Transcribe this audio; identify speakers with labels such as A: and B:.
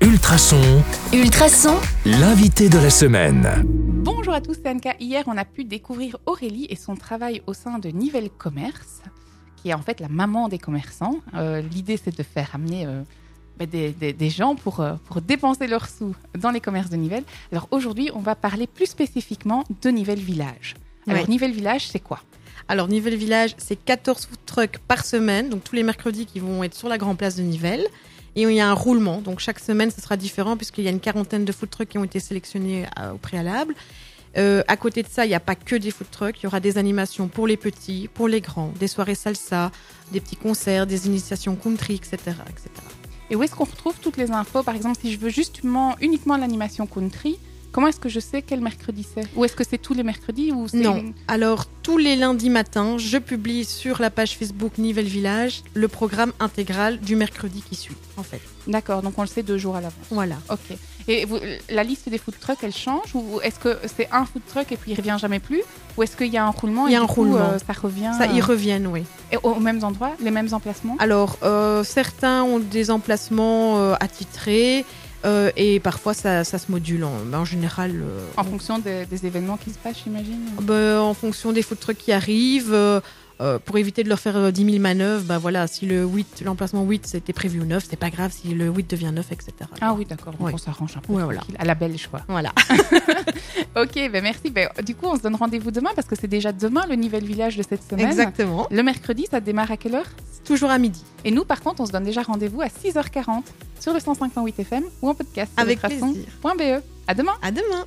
A: Ultrason,
B: Ultrason,
A: l'invité de la semaine.
C: Bonjour à tous, c'est Anka. Hier, on a pu découvrir Aurélie et son travail au sein de Nivelle Commerce, qui est en fait la maman des commerçants. Euh, L'idée, c'est de faire amener euh, bah, des, des- des gens pour, euh, pour dépenser leurs sous dans les commerces de Nivelle. Alors aujourd'hui, on va parler plus spécifiquement de Nivelle Village. Alors,
D: Ouais.
C: Nivelle Village, c'est quoi
D: Alors, Nivelles Village, c'est 14 food trucks par semaine, donc tous les mercredis qui vont être sur la grande place de Nivelles. Et il y a un roulement, donc chaque semaine, ce sera différent puisqu'il y a une quarantaine de food trucks qui ont été sélectionnés euh, au préalable. Euh, à côté de ça, il n'y a pas que des food trucks, il y aura des animations pour les petits, pour les grands, des soirées salsa, des petits concerts, des initiations country, etc. etc.
C: Et où est-ce qu'on retrouve toutes les infos Par exemple, si je veux justement uniquement l'animation country, comment est-ce que je sais quel mercredi c'est Ou est-ce que c'est tous les mercredis ou c'est
D: Non.
C: une-
D: Alors, tous les lundis matins, je publie sur la page Facebook Nivelles Village le programme intégral du mercredi qui suit, en fait.
C: D'accord, donc on le sait deux jours à l'avance.
D: Voilà.
C: Ok. Et vous- la liste des food trucks, elle change Ou est-ce que c'est un food truck et puis il revient jamais plus Ou est-ce qu'il y a un roulement
D: Il y a
C: et
D: un
C: du coup,
D: roulement.
C: euh, ça revient
D: Ça, ils
C: euh,
D: reviennent, oui.
C: et aux, aux mêmes endroits, les mêmes emplacements
D: Alors, euh, certains ont des emplacements euh, attitrés euh, et parfois ça, ça se module. En, ben, en général, euh,
C: En fonction des, des événements qui se passent, j'imagine
D: on- ben, en fonction des food trucks qui arrivent, euh, euh, pour éviter de leur faire euh, 10 000 manœuvres, ben voilà, si le 8, l'emplacement 8 c'était prévu au 9, c'est pas grave si le 8 devient 9, etc.
C: Ah oui, d'accord, donc
D: Ouais.
C: on s'arrange un peu.
D: Ouais, voilà.
C: tranquille, À la belge, quoi.
D: Voilà.
C: Ok, ben merci. Ben, du coup, on se donne rendez-vous demain parce que c'est déjà demain le Nivelle Village de cette semaine.
D: Exactement.
C: Le mercredi, ça démarre à quelle heure
D: C'est Toujours à midi.
C: Et nous, par contre, on se donne déjà rendez-vous à 6h40 sur le 105.8 FM ou en podcast. sur
D: Avec
C: ultrason.be.
D: plaisir.
C: E. À demain
D: À demain.